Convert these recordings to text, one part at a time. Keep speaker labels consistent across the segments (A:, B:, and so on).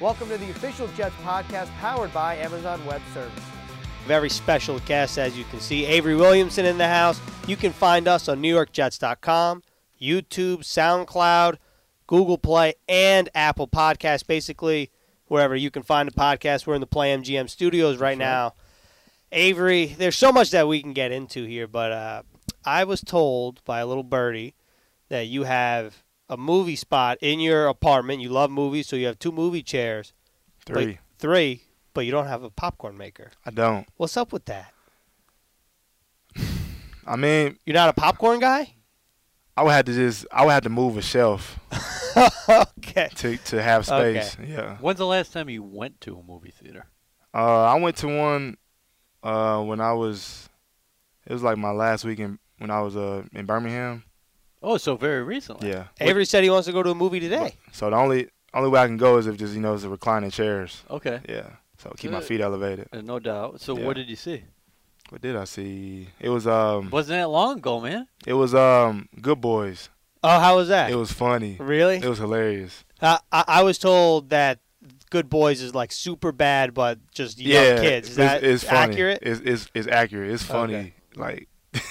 A: Welcome to the official Jets podcast powered by Amazon Web Services.
B: Very special guest, as you can see, Avery Williamson in the house. You can find us on NewYorkJets.com, YouTube, SoundCloud, Google Play, and Apple Podcasts. Basically, wherever you can find a podcast, we're in the Play MGM studios right now. Avery, there's so much that we can get into here, but uh, I was told by a little birdie that you have a movie spot in your apartment. You love movies, so you have two movie chairs. but-
C: Three.
B: three, but you don't have a popcorn maker.
C: I don't.
B: What's up with that?
C: I mean,
B: You're not a popcorn guy?
C: I would have to just I would have to move a shelf
B: okay.
C: to to have space. Yeah.
D: When's the last time you went to a movie theater?
C: Uh, I went to one uh when I was it was like my last weekend when I was uh in Birmingham.
D: Oh, so very recently.
C: Yeah.
B: Avery said he wants to go to a movie today.
C: So the only only way I can go is if just you know it's the reclining chairs.
D: Okay.
C: Yeah. So keep my
D: Uh,
C: feet elevated.
D: Uh, No doubt. So
C: Yeah.
D: what did you see?
C: What did I see? It was um
D: Wasn't that long ago, man?
C: it was um Good Boys.
B: Oh, how was that?
C: It was funny.
B: really?
C: It was hilarious.
B: Uh, I, I was told that Good Boys is like super bad, but just young
C: yeah.
B: kids. Is
C: it's-
B: that
C: it's funny.
B: accurate?
C: It's it's it's accurate. It's funny.
B: Okay.
C: Like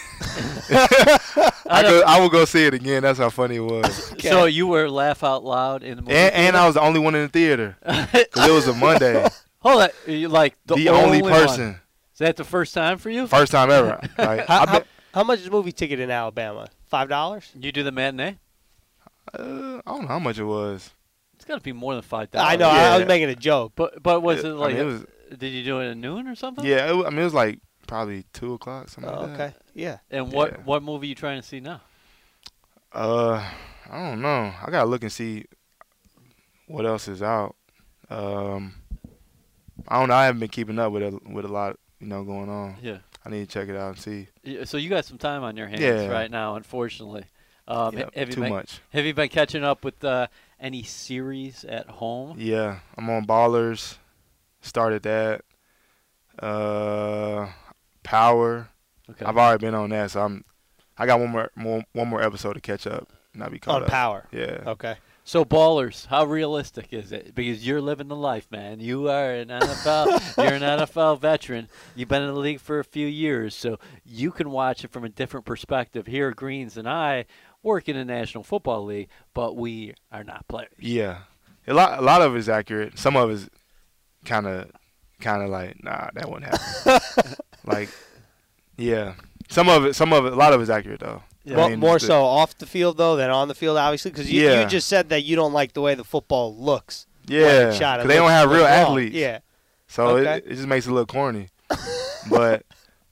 C: I, go, I would go see it again. That's how funny it was.
B: Okay.
D: So you were laugh out loud in the movie.
C: and, and I was the only one in the theater
D: theater?
C: 'cause it was a Monday.
D: Hold on. You like
C: the
D: the,
C: only,
D: one.
C: person,
D: Is that the first time for you?
C: first time ever. Like,
B: how,
C: I
B: how,
C: bet,
B: how much is a movie ticket in Alabama? Five dollars?
D: You do the matinee?
C: uh, I don't know how much it was.
D: It's got to be more than five dollars.
B: I know. I, I was
C: yeah.
B: making a joke.
D: But but was
C: It-
D: it
C: I
D: like?
C: mean, it was-
D: did you do it at noon or something?
C: Yeah, it, wa- I mean it was like probably two o'clock. Something
B: Oh,
C: like that.
B: okay. Yeah.
D: And what
C: Yeah.
D: what movie you trying to see now?
C: Uh, I don't know. I gotta look and see what else is out. Um, I don't know. I haven't been keeping up with a, with a lot, you know, going on.
D: Yeah.
C: I need to check it out and see.
D: Yeah, So you got some time on your hands
C: Yeah.
D: right now, unfortunately. Um,
C: Yeah,
D: ha- have you
C: too
D: been,
C: much.
D: Have you been catching up with uh, any series at home?
C: Yeah, I'm on Ballers. Started that. Uh, Power.
D: Okay.
C: I've already been on that, so I'm. I got one more, more one more episode to catch up, and I'll be caught
B: On
C: up.
B: power.
C: Yeah.
B: Okay.
D: So ballers, how realistic is it? Because you're living the life, man. You are an NFL, you're an NFL veteran. You've been in the league for a few years, so you can watch it from a different perspective. Here, are Greens and I work in the National Football League, but we are not players.
C: Yeah. A lot a lot of it is accurate. Some of it is kind of kind of like nah, that wouldn't happen. like, yeah. Some of it, some of it, a lot of it is accurate though. I
B: Well,
C: mean,
B: more
C: the-
B: so off the field though than on the field, obviously, because you,
C: Yeah.
B: you just said that you don't like the way the football looks.
C: Yeah.
B: Like, shot, it
C: 'cause they don't
B: looks-
C: have real
B: looks wrong.
C: athletes.
B: Yeah.
C: So it,
B: Okay.
C: it just makes it look corny. but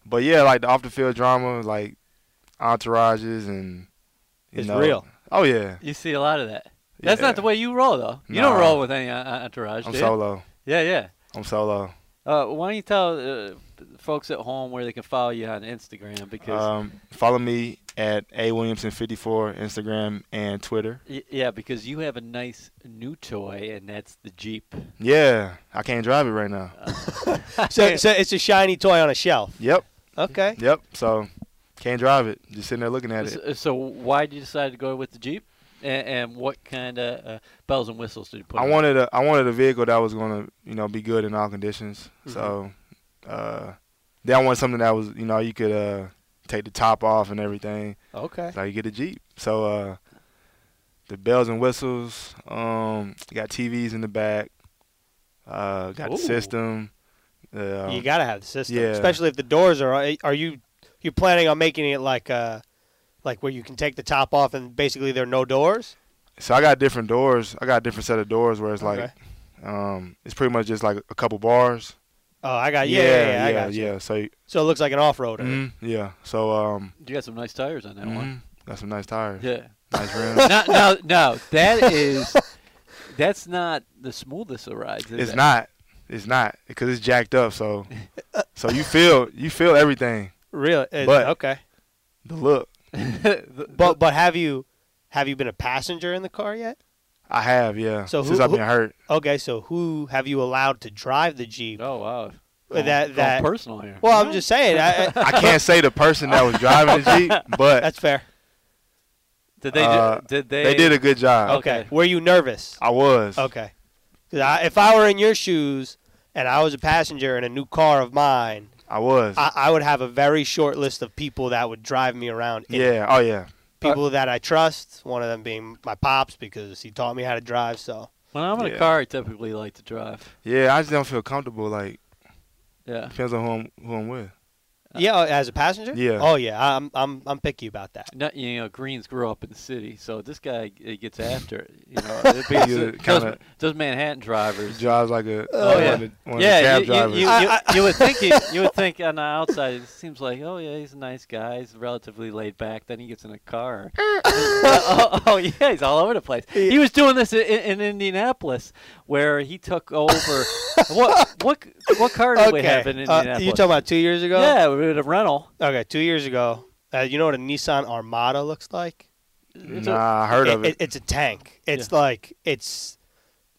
C: but yeah, like the off the field drama, like entourages and you
B: It's
C: know-
B: real.
C: Oh yeah.
D: You see a lot of that. That's
C: Yeah.
D: not the way you roll, though. You
C: Nah.
D: don't roll with any en- entourage,
C: I'm
D: do you?
C: solo.
D: Yeah, yeah.
C: I'm solo.
D: Uh, why don't you tell uh, folks at home where they can follow you on Instagram? Because
C: Um, follow me at a williamson 54 Instagram and Twitter.
D: Y- Yeah, because you have a nice new toy, and that's the Jeep.
C: Yeah, I can't drive it right now.
D: Uh,
B: So, so it's a shiny toy on a shelf.
C: Yep,
B: Okay.
C: yep. So can't drive it. Just sitting there looking at it.
D: So, uh, so why did you decide to go with the Jeep, and, and what kind of uh, bells and whistles did you put?
C: I
D: on it?
C: wanted a I wanted a vehicle that was gonna you know be good in all conditions.
D: Mm-hmm.
C: So uh, then I wanted something that was you know you could uh, take the top off and everything.
B: Okay.
C: So you get a Jeep. So uh, the bells and whistles. Um, got TVs in the back. Uh, got
D: Ooh.
C: the system. The,
B: you
C: um,
B: gotta have the system,
C: yeah.
B: especially if the doors are. Are you you planning on making it like uh like where you can take the top off and basically there are no doors?
C: So I got different doors. I got a different set of doors where it's
B: Okay.
C: like, um, it's pretty much just like a couple bars.
B: Oh, I got yeah, yeah, yeah, I got you.
C: yeah. So you-
B: So it looks like an off roader.
C: mhm, yeah. So um,
D: You got some nice tires on that one.
C: mhm, got some nice tires.
D: Yeah.
C: Nice rims.
D: no, no, no. That is, that's not the smoothest of rides. Is
C: it's
D: it?
C: not. It's not because it's jacked up. So so you feel you feel everything.
B: Really? It-
C: But-
B: okay.
C: The look
D: The-
B: But but have you have you been a passenger in the car yet?
C: I have. Yeah.
B: So
C: since
B: who-
C: I've
B: who-
C: been hurt.
B: Okay, so who have you allowed to drive the jeep?
D: oh wow.
B: That-
D: Going- going
B: that-
D: personal here.
B: Well, I'm just saying. I, I-
C: I can't say the person that was driving the jeep, but
B: that's fair.
D: Did they? do-
C: uh,
D: did they?
C: they did a good job.
B: Okay.
D: Okay.
B: Were you nervous?
C: I was.
B: Okay. Because I, if I were in your shoes and I was a passenger in a new car of mine,
C: I was.
B: I, I would have a very short list of people that would drive me around. in it.
C: yeah. Oh yeah.
B: People that I trust. One of them being my pops because he taught me how to drive. So
D: When I'm in
C: Yeah.
D: a car, I typically like to drive.
C: Yeah. I just don't feel comfortable. Like
D: Yeah.
C: depends on who I'm who I'm with.
B: yeah, uh, as a passenger.
C: Yeah.
B: Oh yeah, I'm I'm I'm picky about that.
D: Not, you know, Greens grew up in the city, so this guy he gets after it. You know, it because
C: You
D: those,
C: kinda-
D: those Manhattan drivers.
C: Drives like a
B: Oh,
C: one
D: yeah.
C: of the, one of the
D: yeah,
C: cab
D: you, you,
C: drivers.
D: you,
B: I-
D: you-
B: I-
D: you would think he, you would think on the outside it seems like oh yeah he's a nice guy he's relatively laid back then he gets in a car oh, oh, yeah he's all over the place he was doing this in, in Indianapolis where he took over what what what car did we have in
B: Uh,
D: Indianapolis
B: you talking about two years ago?
D: yeah we had a rental
B: Okay, two years ago. Uh, you know what a Nissan Armada looks like?
D: It's a-
C: nah, I heard of it.
B: It's a tank. It's like it's.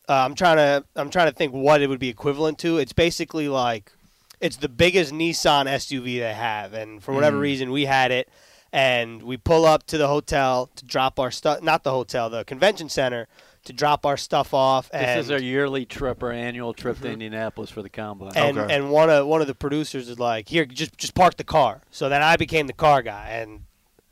B: Uh, I'm trying to. I'm trying to think what it would be equivalent to. It's basically like, it's the biggest Nissan SUV they have, and for whatever
C: Mm.
B: reason we had it, and we pull up to the hotel to drop our stuff. Not the hotel, the convention center to drop our stuff off. And
D: this is our yearly trip our annual trip
C: Mm-hmm.
D: to Indianapolis for the combine
B: and
C: Okay.
B: and one of one of the producers is like, "Here, just just park the car." So then I became the car guy, and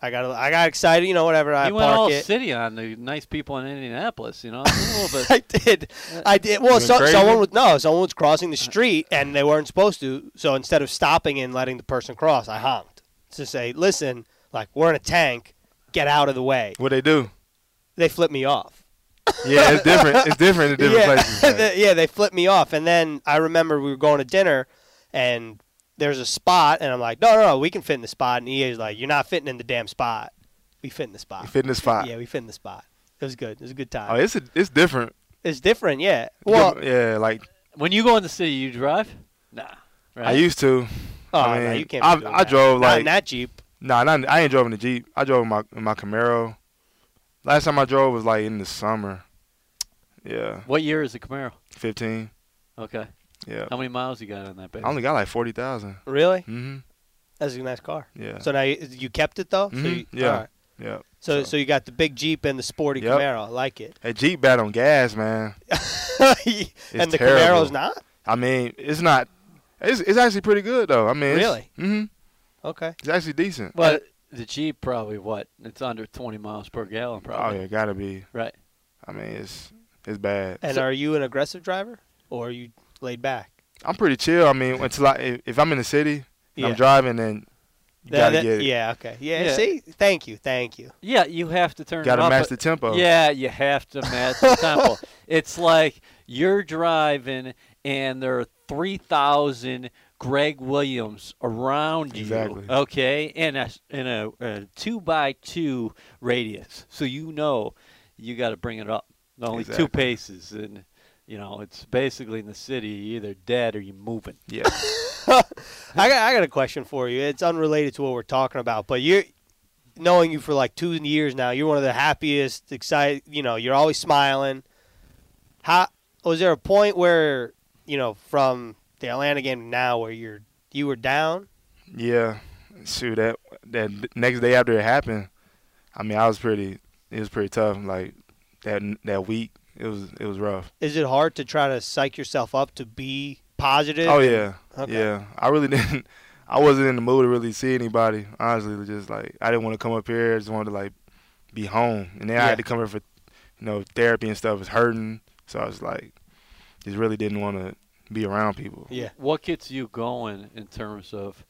B: I got I got excited, you know, whatever. I
D: he went
B: park
D: all
B: it.
D: city on the nice people in Indianapolis you know a little bit
B: I did, I did. Well,
C: went
B: so,
C: crazy?
B: someone was no, someone was crossing the street, and they weren't supposed to. So instead of stopping and letting the person cross, I honked to say, "Listen, like we're in a tank, get out of the way."
C: What they do?
B: They flipped me off.
C: Yeah, it's different. It's different in different
B: yeah,
C: places. man.
B: they- yeah, they flipped me off. And then I remember we were going to dinner, and there's a spot, and I'm like, no, no, no, we can fit in the spot. And EA's like, you're not fitting in the damn spot. We fit in the spot.
C: You fit in the spot.
B: Yeah, we fit in the spot. It was good. It was a good time.
C: Oh, it's a, it's different.
B: it's different, yeah. Well,
C: yeah, like
D: when you go in the city you drive nah right
C: I used to.
B: oh,
C: I
B: no,
C: mean,
B: you can't.
C: I-
B: be doing
C: I
B: that.
C: drove,
B: Not in
C: like-
B: that jeep.
C: Nah, not, I ain't driving the Jeep. I drove in my in my Camaro. Last time I drove was like in the summer. Yeah,
D: what year is the Camaro
C: fifteen.
D: okay
C: Yeah,
D: How many miles you got on that
C: I
D: baby?
C: only got like forty thousand.
B: Really?
C: Mhm.
B: That's a nice car.
C: Yeah.
B: So now you, you kept it though. So
C: Mhm,
B: you,
C: yeah.
B: all right.
C: yeah.
B: So, so
C: So-
B: you got the big jeep and the sporty
C: Yep.
B: Camaro. I like it.
C: A Jeep bad on gas, man.
B: and the
C: terrible.
B: Camaro's not.
C: I mean, it's not. It's it's actually pretty good though. I mean,
B: Really?
C: Mm-hmm.
B: Okay.
C: It's actually decent.
D: But the Jeep probably what? It's under 20 miles per gallon probably.
C: Oh yeah, gotta be.
D: Right.
C: I mean, it's it's bad.
B: And
D: So-
B: are you an aggressive driver or are you laid back?
C: I'm pretty chill. I mean, until I if, if I'm in the city, and
B: Yeah.
C: I'm driving, then you
B: That-
C: gotta
B: that-
C: get it.
B: yeah, okay. Yeah,
D: Yeah.
B: see? Thank you, thank you.
D: Yeah, you have to turn it
C: gotta
D: up.
C: match
D: but-
C: the tempo.
D: Yeah, you have to match the tempo. It's like you're driving and there are 3,000 Greg Williams around you.
C: Exactly.
D: Okay, in a in a, a two by two radius, so you know you got to bring it up. Only
C: Exactly.
D: two paces, and you know it's basically in the city. You're either dead or you're moving.
C: Yeah.
B: I got, I got a question for you. It's unrelated to what we're talking about, but you're knowing you for like two years now, you're one of the happiest, excited, you know, you're always smiling. How was there a point where, you know, from the Atlanta game to now where you're you were down?
C: Yeah, shoot that that next day after it happened, I mean I was pretty it was pretty tough. Like that that week it was it was rough.
B: Is it hard to try to psych yourself up to be positive?
C: Oh yeah,
B: Okay.
C: yeah. I really didn't. I wasn't in the mood to really see anybody. Honestly, just like I didn't want to come up here. I just wanted to like be home, and then I
B: Yeah.
C: had to come here for you know therapy and stuff. It's hurting, so I was like just really didn't want to be around people.
B: Yeah.
D: What gets you going in terms of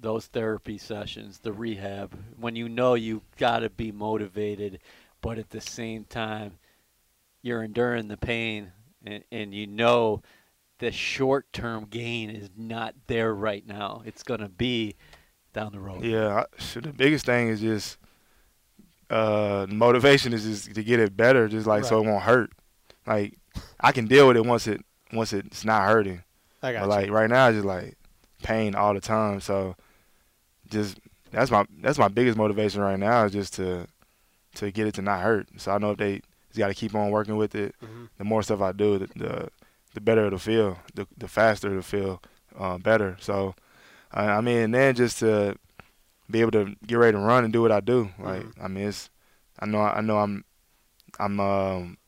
D: those therapy sessions, the rehab, when you know you've got to be motivated, but at the same time, you're enduring the pain and, and you know the short term gain is not there right now. It's going to be down the road.
C: Yeah, I, shoot, the biggest thing is just uh, motivation is just to get it better, just like so it won't hurt. Like I can deal with it once it once it's not hurting.
B: I got
C: But
B: you.
C: like right now, it's just like pain all the time. So just that's my that's my biggest motivation right now is just to to get it to not hurt. So I know if they just got to keep on working with it.
B: Mhm.
C: The more stuff I do, the the, the better it'll feel. The the faster it'll feel uh, better. So I, I mean, and then just to be able to get ready to run and do what I do. Like I mean, it's I know I know I'm I'm um,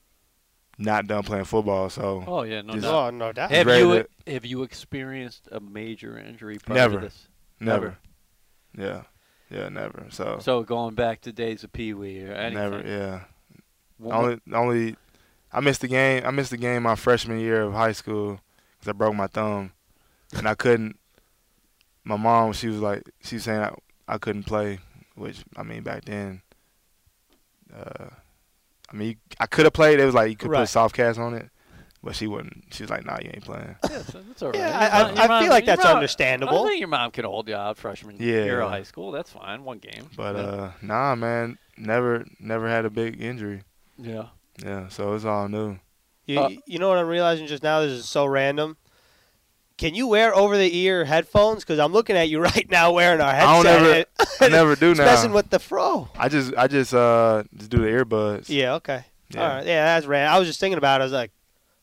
C: not done playing football. So
D: Oh yeah, no
C: Just-
D: doubt.
B: Oh, no doubt.
D: Have
C: Great
D: you
C: that-
D: have you experienced a major injury? Prior
C: Never.
D: To this?
C: never. Yeah. Yeah, never. So,
D: So going back to days of Pee Wee or anything.
C: never. Yeah.
D: One more-
C: Only, only, I missed the game. I missed the game my freshman year of high school because I broke my thumb, and I couldn't. My mom, she was like, she was saying I, I couldn't play, which I mean back then. Uh, I mean, you- I could have played. It was like you could put
B: Right.
C: a soft cast on it, but she wouldn't. She was like, Nah, you ain't playing.
D: Yeah, so that's all right.
B: Yeah,
D: Your
B: I- I-
D: mom-
B: I
D: your mom-
B: feel like
D: your
B: that's
D: mom-
B: understandable.
D: I think your mom could hold you out freshman
C: Yeah.
D: year of high school. That's fine. One game.
C: But
D: yeah.
C: uh, nah, man, never, never had a big injury.
D: yeah.
C: Yeah, so it's all new.
B: You,
D: Uh,
B: you know what I'm realizing just now? This is so random. Can you wear over the ear headphones? Because I'm looking at you right now wearing our
C: I
B: headset.
C: don't ever,
B: and
C: I never do
B: it's messing
C: now.
B: with the fro.
C: I just, I just, uh, just do the earbuds.
B: Yeah. Okay.
C: Yeah.
B: All right. Yeah, that's random. I was just thinking about. it. I was like,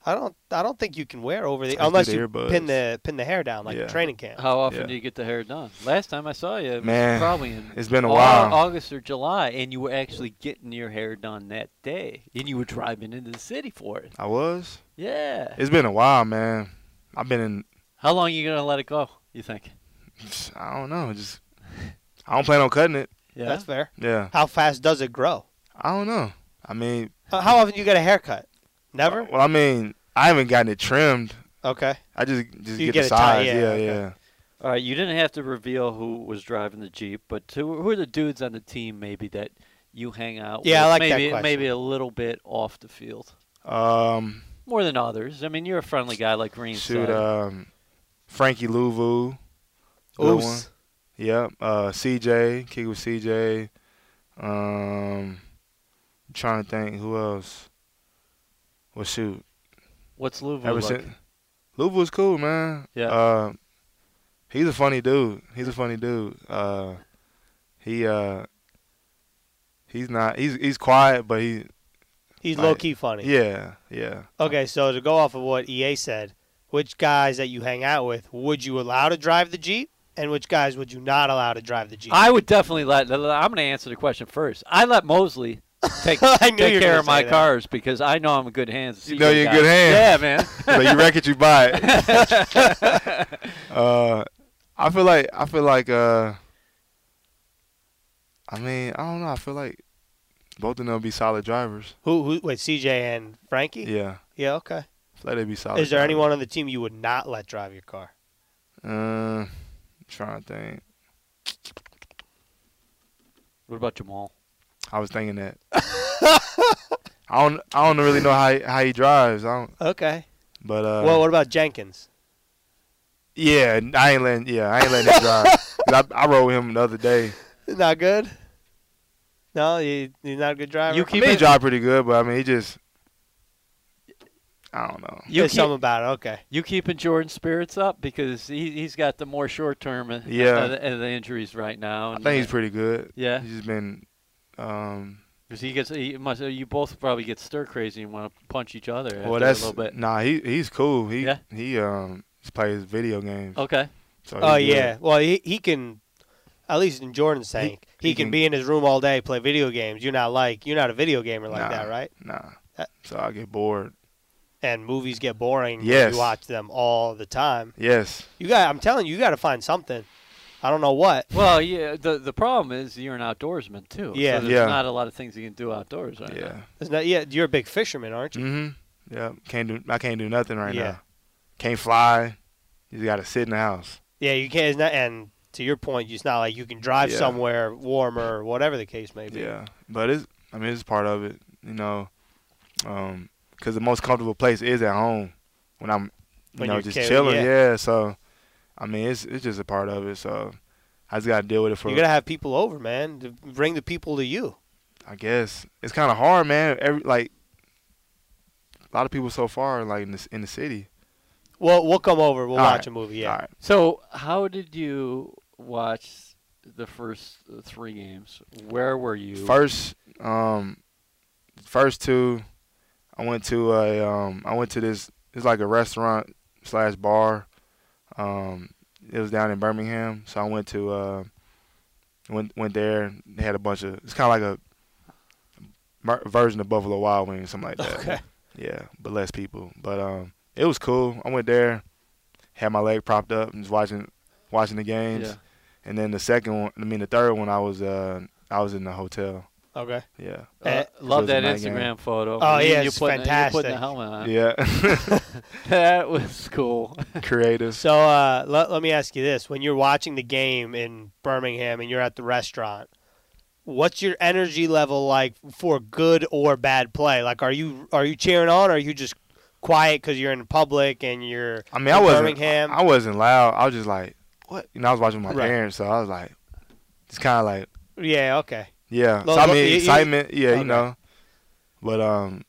B: I don't, I don't think you can wear over the
C: Let's do
B: unless
C: the
B: you
C: earbuds.
B: pin the pin the hair down like
C: Yeah.
B: training camp.
D: How often
C: Yeah.
D: do you get the hair done? Last time I saw you, it was
C: Man,
D: probably in
C: It's been a
D: Au-
C: while.
D: August or July, and you were actually getting your hair done that day, and you were driving into the city for it.
C: I was.
D: Yeah.
C: It's been a while, man. I've been in.
D: How long you gonna let it go? You think?
C: I don't know. Just. I don't plan on cutting it.
D: Yeah.
B: That's fair.
C: Yeah.
B: How fast does it grow?
C: I don't know. I mean.
B: How, how often you get a haircut? Never.
C: Well, I mean, I haven't gotten it trimmed.
B: Okay.
C: I just just
B: You
C: get,
B: get
C: the
B: it tight,
C: size.
B: yeah,
C: yeah,
B: okay.
C: yeah.
D: All right, you didn't have to reveal who was driving the jeep, but who who are the dudes on the team maybe that you hang out?
B: Yeah, I
D: with?
B: like that
D: maybe,
B: question.
D: Maybe a little bit off the field,
C: Um.
D: more than others. I mean, you're a friendly guy like Green.
C: Shoot.
D: said.
C: Um. Frankie Louvu. Good one.
B: Oops.
C: Yep. Uh. CJ. Kick with CJ. Um. Trying to think who else. Well, shoot.
D: What's Louisville
C: ever
D: like?
C: since Luba was cool, man.
D: Yeah.
C: Uh, he's a funny dude. He's a funny dude. Uh, he uh, he's not. He's he's quiet, but he
B: He's
C: Like,
B: low key funny.
C: yeah yeah.
B: Okay, so to go off of what EA said, which guys that you hang out with would you allow to drive the Jeep, and which guys would you not allow to drive the Jeep?
D: I would definitely let. I'm going to answer the question first. I let Mosley take,
B: I knew you
D: take
B: were
D: care
B: gonna
D: of my
B: say that.
D: cars because I know I'm in good hands.
C: You know you're in good
D: Yeah,
C: hands.
D: man.
C: but you wreck it, you buy it. uh, I feel like I feel like uh, I mean I don't know. I feel like both of them be solid drivers.
B: Who, who? Wait, CJ and Frankie.
C: Yeah,
B: Yeah, okay.
C: let it be solid.
B: Is there
C: drivers.
B: anyone on the team you would not let drive your car?
C: Uh, trying to think.
D: What about Jamal?
C: I was thinking that. I don't. I don't really know how he, how he drives. I don't.
B: Okay.
C: But uh.
B: well, what about Jenkins?
C: yeah, I ain't letting. Yeah, I ain't letting him drive. 'Cause I, I rode with him the other day.
B: Not good. No, you, you're not a good driver.
D: You
C: I
D: keep-
C: mean, he
D: it-
C: drive pretty good, but I mean, he just. I don't know.
B: you
D: You
B: There's something
D: keep,
B: about it. Okay.
D: you keeping Jordan's spirits up because he he's got the more short term and,
C: Yeah.
D: and, the injuries right now.
C: I
D: and- uh,
C: think he's pretty good.
D: yeah.
C: He's just been. Um.
D: Because he gets he must you both probably get stir crazy and want to punch each other
C: well,
D: after
C: that's
D: a little bit.
C: nah. He he's cool. He
D: Yeah.
C: he um just plays video games.
D: Okay.
C: So
B: Oh
C: he's good.
B: yeah. Well, he he can, at least in Jordan's tank, he,
C: he
B: can,
C: can-
B: be in his room all day, play video games. You're not like you're not a video gamer like
C: Nah.
B: that, right?
C: Nah.
D: Uh,
B: That-
C: So I get bored.
B: And movies get boring. when
C: Yes.
B: You watch them all the time.
C: Yes.
B: You got. I'm telling you, you got to find something. I don't know what.
D: Well, yeah. The the problem is you're an outdoorsman too.
B: Yeah.
D: So there's
C: Yeah.
D: not a lot of things you can do outdoors. Right
C: Yeah.
B: It's not, yeah, you're a big fisherman, aren't you?
C: Mm-hmm. Yeah. Can't do. I can't do nothing right
B: Yeah.
C: now. Can't fly. You just gotta sit in the house.
B: Yeah, you can't. It's not, and to your point, it's not like you can drive
C: Yeah.
B: somewhere warmer, or whatever the case may be.
C: Yeah. But it's. I mean, it's part of it. You know. Um. Because the most comfortable place is at home when I'm, you
B: When
C: know,
B: you're
C: just
B: kid-
C: chilling.
B: yeah.
C: Yeah. So, I mean, it's it's just a part of it. So, I just gotta deal with it for.
B: You're gonna have people over, man. To bring the people to you.
C: I guess it's kind of hard, man. Every like. A lot of people so far, are, like in the in the city.
B: Well, we'll come over. We'll
C: All
B: watch
C: right.
B: a movie. Yeah.
C: All right.
D: So, how did you watch the first three games? Where were you?
C: First, um, first two, I went to a um, I went to this it's like a restaurant slash bar. Um, it was down in Birmingham, so I went to uh, went went there.
D: Uh,
C: They had a bunch of it's kind of like a mer- version of Buffalo Wild Wings, something like that.
B: Okay.
C: yeah, but less people. But um, it was cool. I went there, had my leg propped up, and was watching watching the games.
D: Yeah.
C: And then the second one, I mean the third one, I was uh, I was in the hotel.
B: Okay.
C: Yeah,
D: Uh,
B: Eh,
D: love
C: was a
D: that
C: night game.
D: Instagram photo.
B: Oh,
D: You-
B: yeah,
D: you
B: it's
D: putting the- you
B: fantastic.
D: putting the helmet on.
C: yeah,
D: That was cool.
C: creative.
B: So uh, let, let me ask you this: When you're watching the game in Birmingham and you're at the restaurant, what's your energy level like for good or bad play? Like, are you are you cheering on, or are you just quiet because you're in public and you're
C: I mean, I
B: in
C: wasn't
B: Birmingham?
C: I wasn't loud. I was just like, what? You know, I was watching my
B: Right.
C: parents, so I was like, it's kind of like,
B: yeah, okay.
C: yeah.
B: Lo-
C: so I
B: lo-
C: mean,
B: you- you-
C: excitement, yeah,
B: Okay.
C: you know. But um,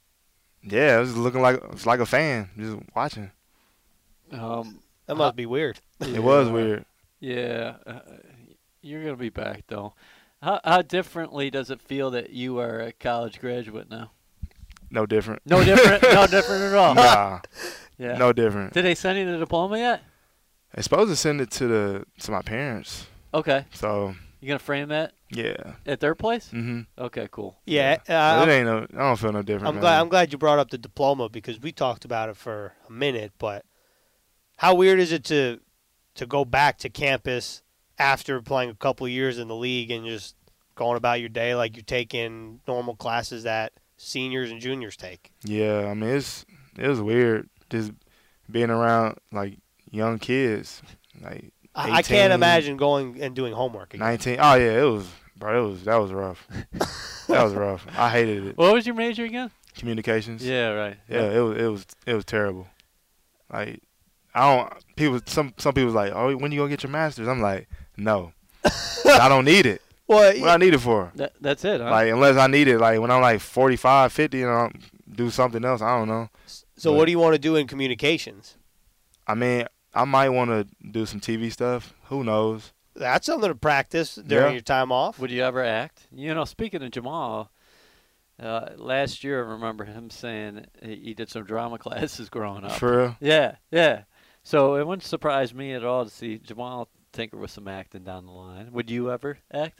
C: yeah, it was looking like it's like a fan just watching.
D: Um,
B: That must be weird.
D: yeah.
C: It was weird.
D: Yeah, uh, you're gonna be back though. How how differently does it feel that you are a college graduate now?
C: No different.
D: No different. no different at all.
C: Nah,
D: Yeah.
C: no different.
D: Did they send you the diploma yet?
C: It's supposed to send it to the to my parents.
D: Okay.
C: So
D: You gonna frame that
C: yeah.
D: at their place?
C: hmm
D: Okay. Cool.
B: Yeah,
C: But
B: uh,
C: it ain't no. I don't feel no different.
B: I'm
C: man.
B: glad. I'm glad you brought up the diploma because we talked about it for a minute. But how weird is it to to go back to campus after playing a couple years in the league and just going about your day like you're taking normal classes that seniors and juniors take?
C: Yeah, I mean it's it was weird just being around like young kids, like
B: I, I can't
C: 18.
B: imagine going and doing homework. Again.
C: nineteen. Oh yeah, it was bro. It was that was rough. that was rough. I hated it.
D: What was your major again?
C: Communications.
D: Yeah. Right.
C: Yeah, it was it was it was terrible. Like I don't people some some people like, "Oh, when you going to get your masters?" I'm like, "No. I don't need it.
B: Well,
C: What I need it for?"
D: That, that's it. Huh?
C: Like unless I need it like when I'm like 45, 50 and I'll do something else, I don't know.
B: so what do you want to do in communications?
C: I mean, I might want to do some TV stuff. Who knows?
B: That's something to practice during
C: Yeah.
B: your time off.
D: Would you ever act? You know, speaking of Jamal, uh, last year I remember him saying he he did some drama classes growing up.
C: For real?
D: Yeah, yeah. So it wouldn't surprise me at all to see Jamal tinker with some acting down the line. Would you ever act?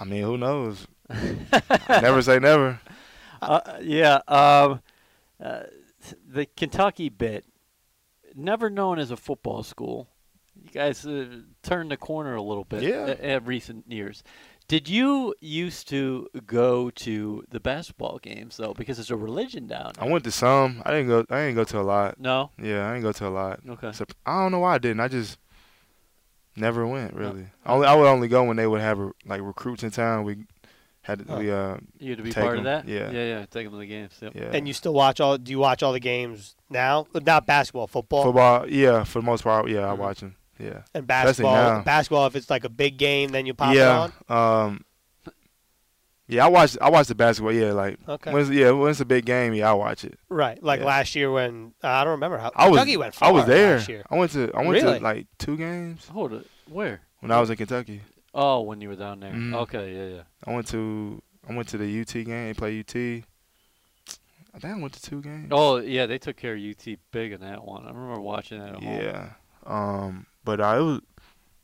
C: I mean, who knows? I never say never.
D: Uh, yeah. Um, uh, the Kentucky bit, never known as a football school. You guys uh, turned the corner a little bit
C: Yeah.
D: a- at recent years. Did you used to go to the basketball games though? Because it's a religion down
C: I
D: there.
C: went to some. I didn't go. I didn't go to a lot.
D: No.
C: Yeah, I didn't go to a lot.
D: Okay.
C: So, I don't know why I didn't. I just never went really. Only I would only go when they would have like recruits in town. We had
B: Huh.
C: we uh
D: You had to be
C: Take
D: part
C: 'em,
D: of that.
C: yeah.
D: Yeah, yeah. Take them to the games. Yep.
C: yeah
B: And you still watch all? Do you watch all the games now? Not basketball, football.
C: football yeah for the most part yeah I
D: Mhm.
C: watch them yeah
B: And
C: Especially
B: basketball,
C: now.
B: basketball. If it's like a big game, then you pop it
C: yeah
B: on.
C: um yeah I watched I watched the basketball yeah like
B: Okay,
C: when's yeah when it's a big game yeah I watch it.
B: right. Like
C: yeah.
B: last year when uh, I don't remember how
C: I was
B: Kentucky went. Far
C: I was there.
B: last year.
C: I went to I went
B: Really?
C: to like two games
D: Hold it. Where?
C: when I was in Kentucky.
D: Oh, when you were down there.
C: Mhm.
D: Okay, yeah, yeah.
C: I went to I went to the UT game. They play UT. I think I went to two games.
D: Oh, yeah, they took care of UT big in that one. I remember watching that at home.
C: yeah. Um, but uh, it was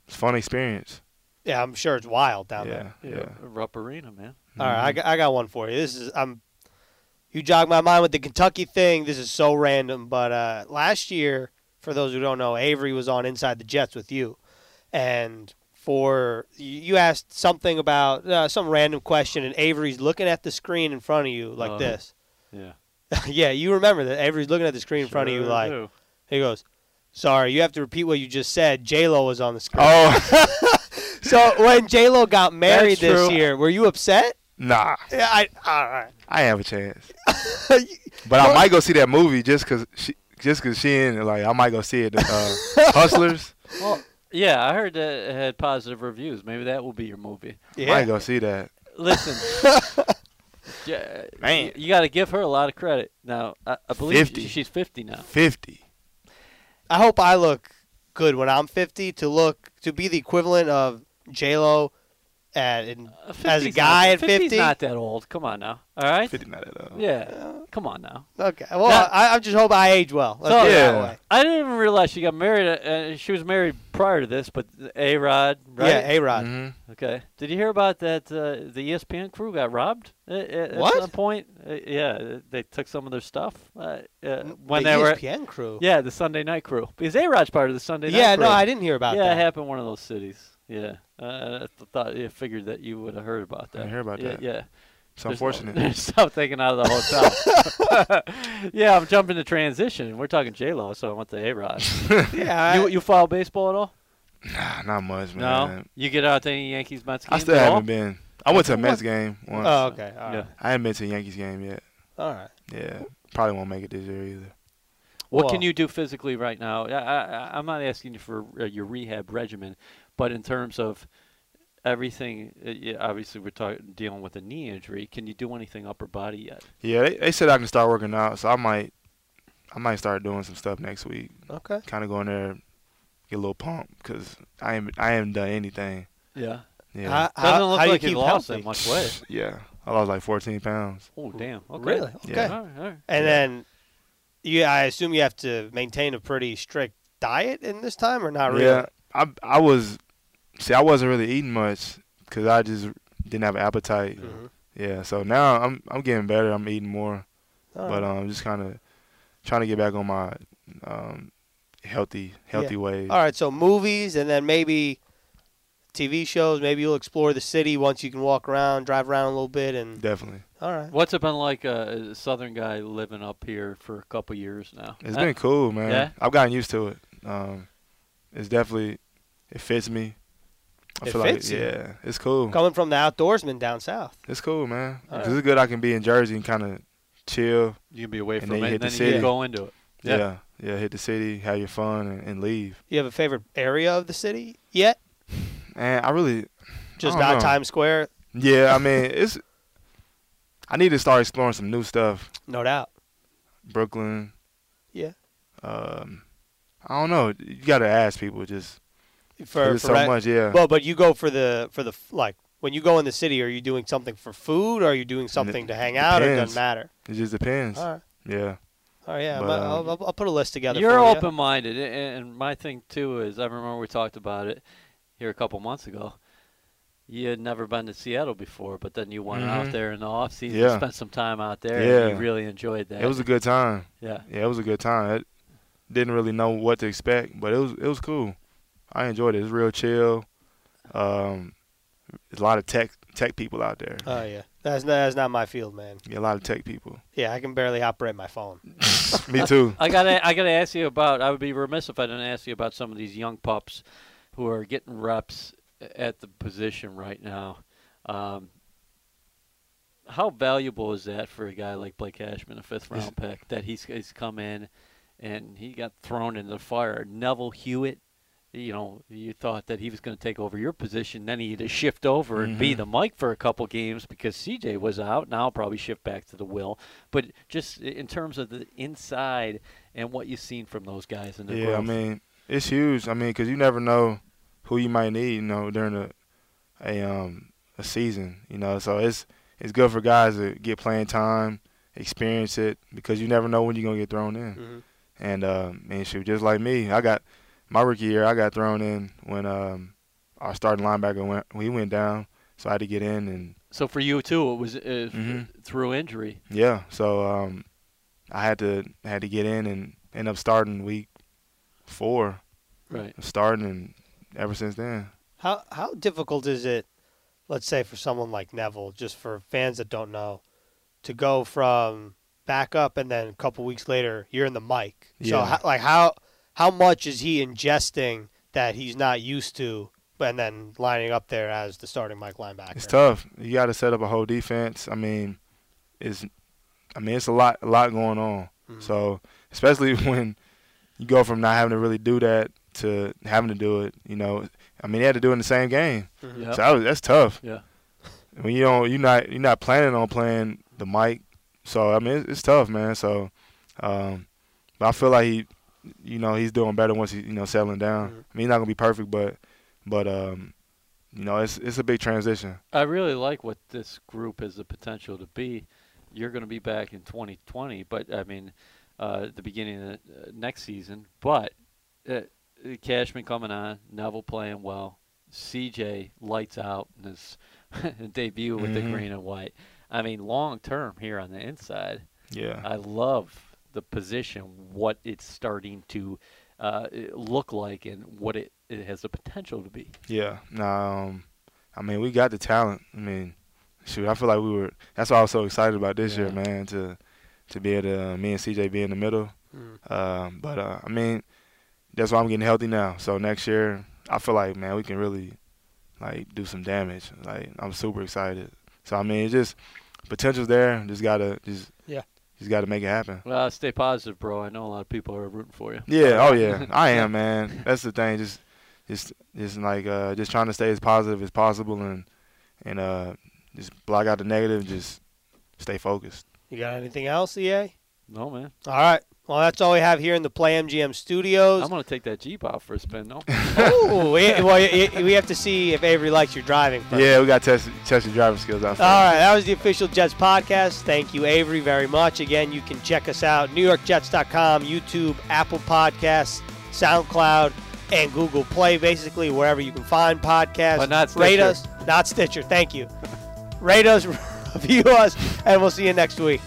C: it's a fun experience.
B: Yeah, I'm sure it's wild down
C: yeah,
B: there.
C: yeah.
D: Rupp Arena, man.
B: All right, I
C: Mm-hmm.
B: got, I got one for you. This is I'm. You jogged my mind with the Kentucky thing. This is so random, but uh, last year, for those who don't know, Avery was on Inside the Jets with you, and for you- you asked something about uh, some random question, and Avery's looking at the screen in front of you like
D: Uh-huh.
B: this.
D: Yeah.
B: yeah, you remember that Avery's looking at the screen in front of you
D: Sure
B: like.
D: do.
B: He goes, "Sorry, you have to repeat what you just said." J Lo was on the screen.
C: Oh
B: So when J Lo got married
D: That's
B: this
D: true.
B: year, were you upset?
C: nah,
B: Yeah, I all right.
C: I ain't have a chance. But I might go see that movie just 'cause she just 'cause she in it. Like I might go see it. Uh, Hustlers.
B: "Oh."
D: Well, yeah, I heard that it had positive reviews. Maybe that will be your movie.
C: Might
B: yeah.
C: go see that.
D: Listen. yeah,
C: Man.
D: You, got to give her a lot of credit. Now, I, I believe
C: 50.
D: she's 50 now.
C: Fifty.
B: I hope I look good when I'm 50 to look to be the equivalent of J Lo at in,
D: Uh,
B: as a
D: 50's
B: guy
D: not,
B: at
D: 50's
B: 50?
D: not that old. Come on now. All right.
C: Fifty not at all.
D: Yeah. Come on now.
B: uh, okay. Well,
D: Now-
B: I, I just hope I age well. Let's
D: So-
B: put it that
C: Yeah.
B: way.
D: I didn't even realize she got married. uh, Uh, she was married prior to this, but A Rod, right?
B: Yeah, A Rod.
C: hmm
D: Okay. Did you hear about that? Uh, the ESPN crew got robbed at, at, at
B: What?
D: some point. Uh, yeah, they took some of their stuff uh, uh, when
B: the E
D: they were.
B: ESPN crew.
D: Yeah, the Sunday night crew. Because A Rod's part of the Sunday night.
B: Yeah, no,
D: crew.
B: I didn't hear about
D: yeah,
B: that.
D: it happened in one of those cities. Yeah, uh, I th- thought yeah, figured that you would have heard
C: I
D: about that.
C: didn't hear about
D: yeah,
C: that.
D: Yeah,
C: It's
D: There's no-
C: unfortunate.
D: There's something out of the hotel. yeah, I'm jumping to transition. We're talking J Lo, so I went to A Rod.
B: yeah, I-
D: you you follow baseball at all?
C: Nah, not much,
D: No.
C: man.
D: You get out to any Yankees Mets games
C: I still
D: at
C: haven't
D: all?
C: been. I went to a Mets game once.
B: oh, okay. All right.
D: Yeah.
C: I haven't been to a Yankees game yet.
B: All right.
C: Yeah, probably won't make it this year either.
D: What
B: Well-
D: can you do physically right now? I, I, I'm not asking you for uh, your rehab regimen, but in terms of everything, uh, yeah, obviously we're talking dealing with a knee injury. Can you do anything upper body yet?
C: Yeah, they, they said I can start working out, so I might, I might start doing some stuff next week.
B: Okay.
C: Kind of go in there, get a little pump, cause I ain't, I haven't done anything.
D: Yeah,
C: Yeah,
B: How,
D: doesn't
B: how,
D: look
B: how do
D: like
B: you keep
D: lost
B: healthy?
D: that much weight.
C: yeah. I lost like 14 pounds.
D: Oh damn! Okay.
B: Really? Okay.
C: Yeah.
D: All right, all right.
B: And
C: Yeah.
B: then, you, I assume you have to maintain a pretty strict diet in this time, or not really?
C: Yeah, I, I was, see, I wasn't really eating much, cause I just didn't have an appetite.
B: Mhm.
C: Yeah, so now I'm, I'm getting better. I'm eating more.
B: All
C: but
B: right.
C: um, just kind of trying to get back on my um, healthy healthy ways.
B: All right. So movies, and then maybe TV shows. Maybe you'll explore the city once you can walk around, drive around a little bit, and
C: Definitely,
B: all right.
D: What's it been like uh, a southern guy living up here for a couple years now?
C: it's
D: Uh,
C: been cool, man.
D: yeah?
C: I've gotten used to it. Um, it's definitely it fits me. I
B: It
C: feel
B: fits you?
C: like yeah, it's cool.
B: Coming from the outdoorsman down south.
C: It's cool, man.
B: All
C: 'Cause it's good I can be in Jersey and kind of chill.
D: you can be away
C: And
D: from
C: then you
D: it,
C: hit
D: and
C: the
D: then you
C: city.
D: can go into it. Yeah.
C: Yeah. yeah, hit the city, have your fun, and, and leave.
B: You have a favorite area of the city yet?
C: And I really,
B: Just
C: I don't
B: not
C: know.
B: Times Square,
C: yeah, I mean, it's. I need to start exploring some new stuff.
B: no doubt.
C: Brooklyn.
B: Yeah.
C: Um, I don't know. You gotta ask people. Just
B: For,
C: there's
B: for
C: so
B: re-
C: much. Yeah.
B: Well, but you go for the for the f- like when you go in the city, are you doing something for food? Or are you doing something to hang out? Or it doesn't
C: depends.
B: matter.
C: it just depends.
B: All right.
C: Yeah.
B: All right, Oh, yeah,
C: But,
B: but,
C: um,
B: I'll, I'll, I'll put a list together.
D: You're
B: for ya.
D: open-minded, a- and my thing too is I remember we talked about it here a couple months ago. You had never been to Seattle before, but then you went out
C: Mhm.
D: there in the off season,
C: Yeah.
D: spent some time out there, and you
C: Yeah.
D: really enjoyed that.
C: It was a good time.
D: yeah.
C: Yeah, it was a good time. It, didn't really know what to expect, but it was it was cool. I enjoyed it. It's real chill. Um, there's a lot of tech tech people out there.
B: Oh yeah, that's not, that's not my field, man.
C: yeah, a lot of tech people.
B: Yeah, I can barely operate my phone.
C: Me too.
D: I gotta, I gotta ask you about. I would be remiss if I didn't ask you about some of these young pups who are getting reps at the position right now. Um, how valuable is that for a guy like Blake Cashman, a fifth round pick, that he's, he's come in and he got thrown into the fire? Neville Hewitt, you know, you thought that he was going to take over your position, then he had to shift over and be
C: Mhm.
D: the mic for a couple games because CJ was out. Now probably shift back to the will, but just i- in terms of the inside and what you've seen from those guys in the
C: yeah,
D: growth.
C: I mean, it's huge. I mean, because you never know who you might need, you know, during a a um a season, you know. So it's it's good for guys to get playing time, experience it, because you never know when you're gonna get thrown in.
B: Mhm.
C: And um, and shoot, just like me, I got my rookie year, I got thrown in when um our starting linebacker went he went down, so I had to get in and
D: So for you too, it was uh, f-
C: Mhm.
D: through injury.
C: yeah, so um I had to had to get in and end up starting week four,
D: Right.
C: starting and ever since then.
B: How how difficult is it, let's say, for someone like Neville, just for fans that don't know, to go from back up and then a couple weeks later you're in the mic. So
C: Yeah.
B: how, like how how much is he ingesting that he's not used to, and then lining up there as the starting mic linebacker?
C: It's tough. You got to set up a whole defense. I mean, it's, I mean, it's a lot, a lot going on.
B: Mhm.
C: So especially when you go from not having to really do that to having to do it, you know. I mean, they had to do it in the same game.
B: Mhm.
D: Yeah.
C: So that was, that's tough.
D: Yeah.
C: When you don't, you're not, you're not planning on playing the mic. So I mean, it's, it's tough, man. So, um, but I feel like he,
D: Mm-hmm.
C: you know, he's doing better once he, you know, settling down.
B: Mhm.
C: I mean, he's not gonna be perfect, but, but um, you know, it's it's a big transition.
D: I really like what this group has the potential to be. You're going to be back in 2020, but I mean, uh, the beginning of the, uh, next season. But uh, Cashman coming on, Neville playing well, CJ lights out in his debut with
C: Mhm.
D: the green and white. I mean, long term here on the inside,
C: Yeah.
D: I love the position, what it's starting to uh, look like, and what it, it has the potential to be.
C: Yeah. No, um, I mean, we got the talent. I mean, shoot, I feel like we were. That's why I was so excited about this year,
D: Yeah.
C: man. To to be able to uh, me and CJ be in the middle.
B: Mm-hmm.
C: Um, but uh, I mean, that's why I'm getting healthy now. So next year, I feel like man, we can really like do some damage. Like I'm super excited. So I mean, it's just potential's there. Just gotta just
B: Yeah.
C: Just gotta make it happen.
D: Well, Uh, stay positive, bro. I know a lot of people are rooting for you.
C: Yeah. Oh yeah. I am, man. That's the thing. Just, just, just like uh, just trying to stay as positive as possible and and uh, just block out the negative. and Just stay focused.
B: You got anything else, E EA?
D: No, man.
B: All right. Well, that's all we have here in the Play MGM studios.
D: I'm gonna take that Jeep out for a spin. No,
B: Ooh, we, well, y- y- we have to see if Avery likes your driving. First.
C: Yeah, we got to test test your driving skills out.
B: All right, that was the official Jets podcast. Thank you, Avery, very much. Again, you can check us out NewYorkJets.com, YouTube, Apple Podcasts, SoundCloud, and Google Play. Basically, wherever you can find podcasts.
D: But not
B: Rate
D: Stitcher.
B: us, not Stitcher. Thank you. Rate us, review us, and we'll see you next week.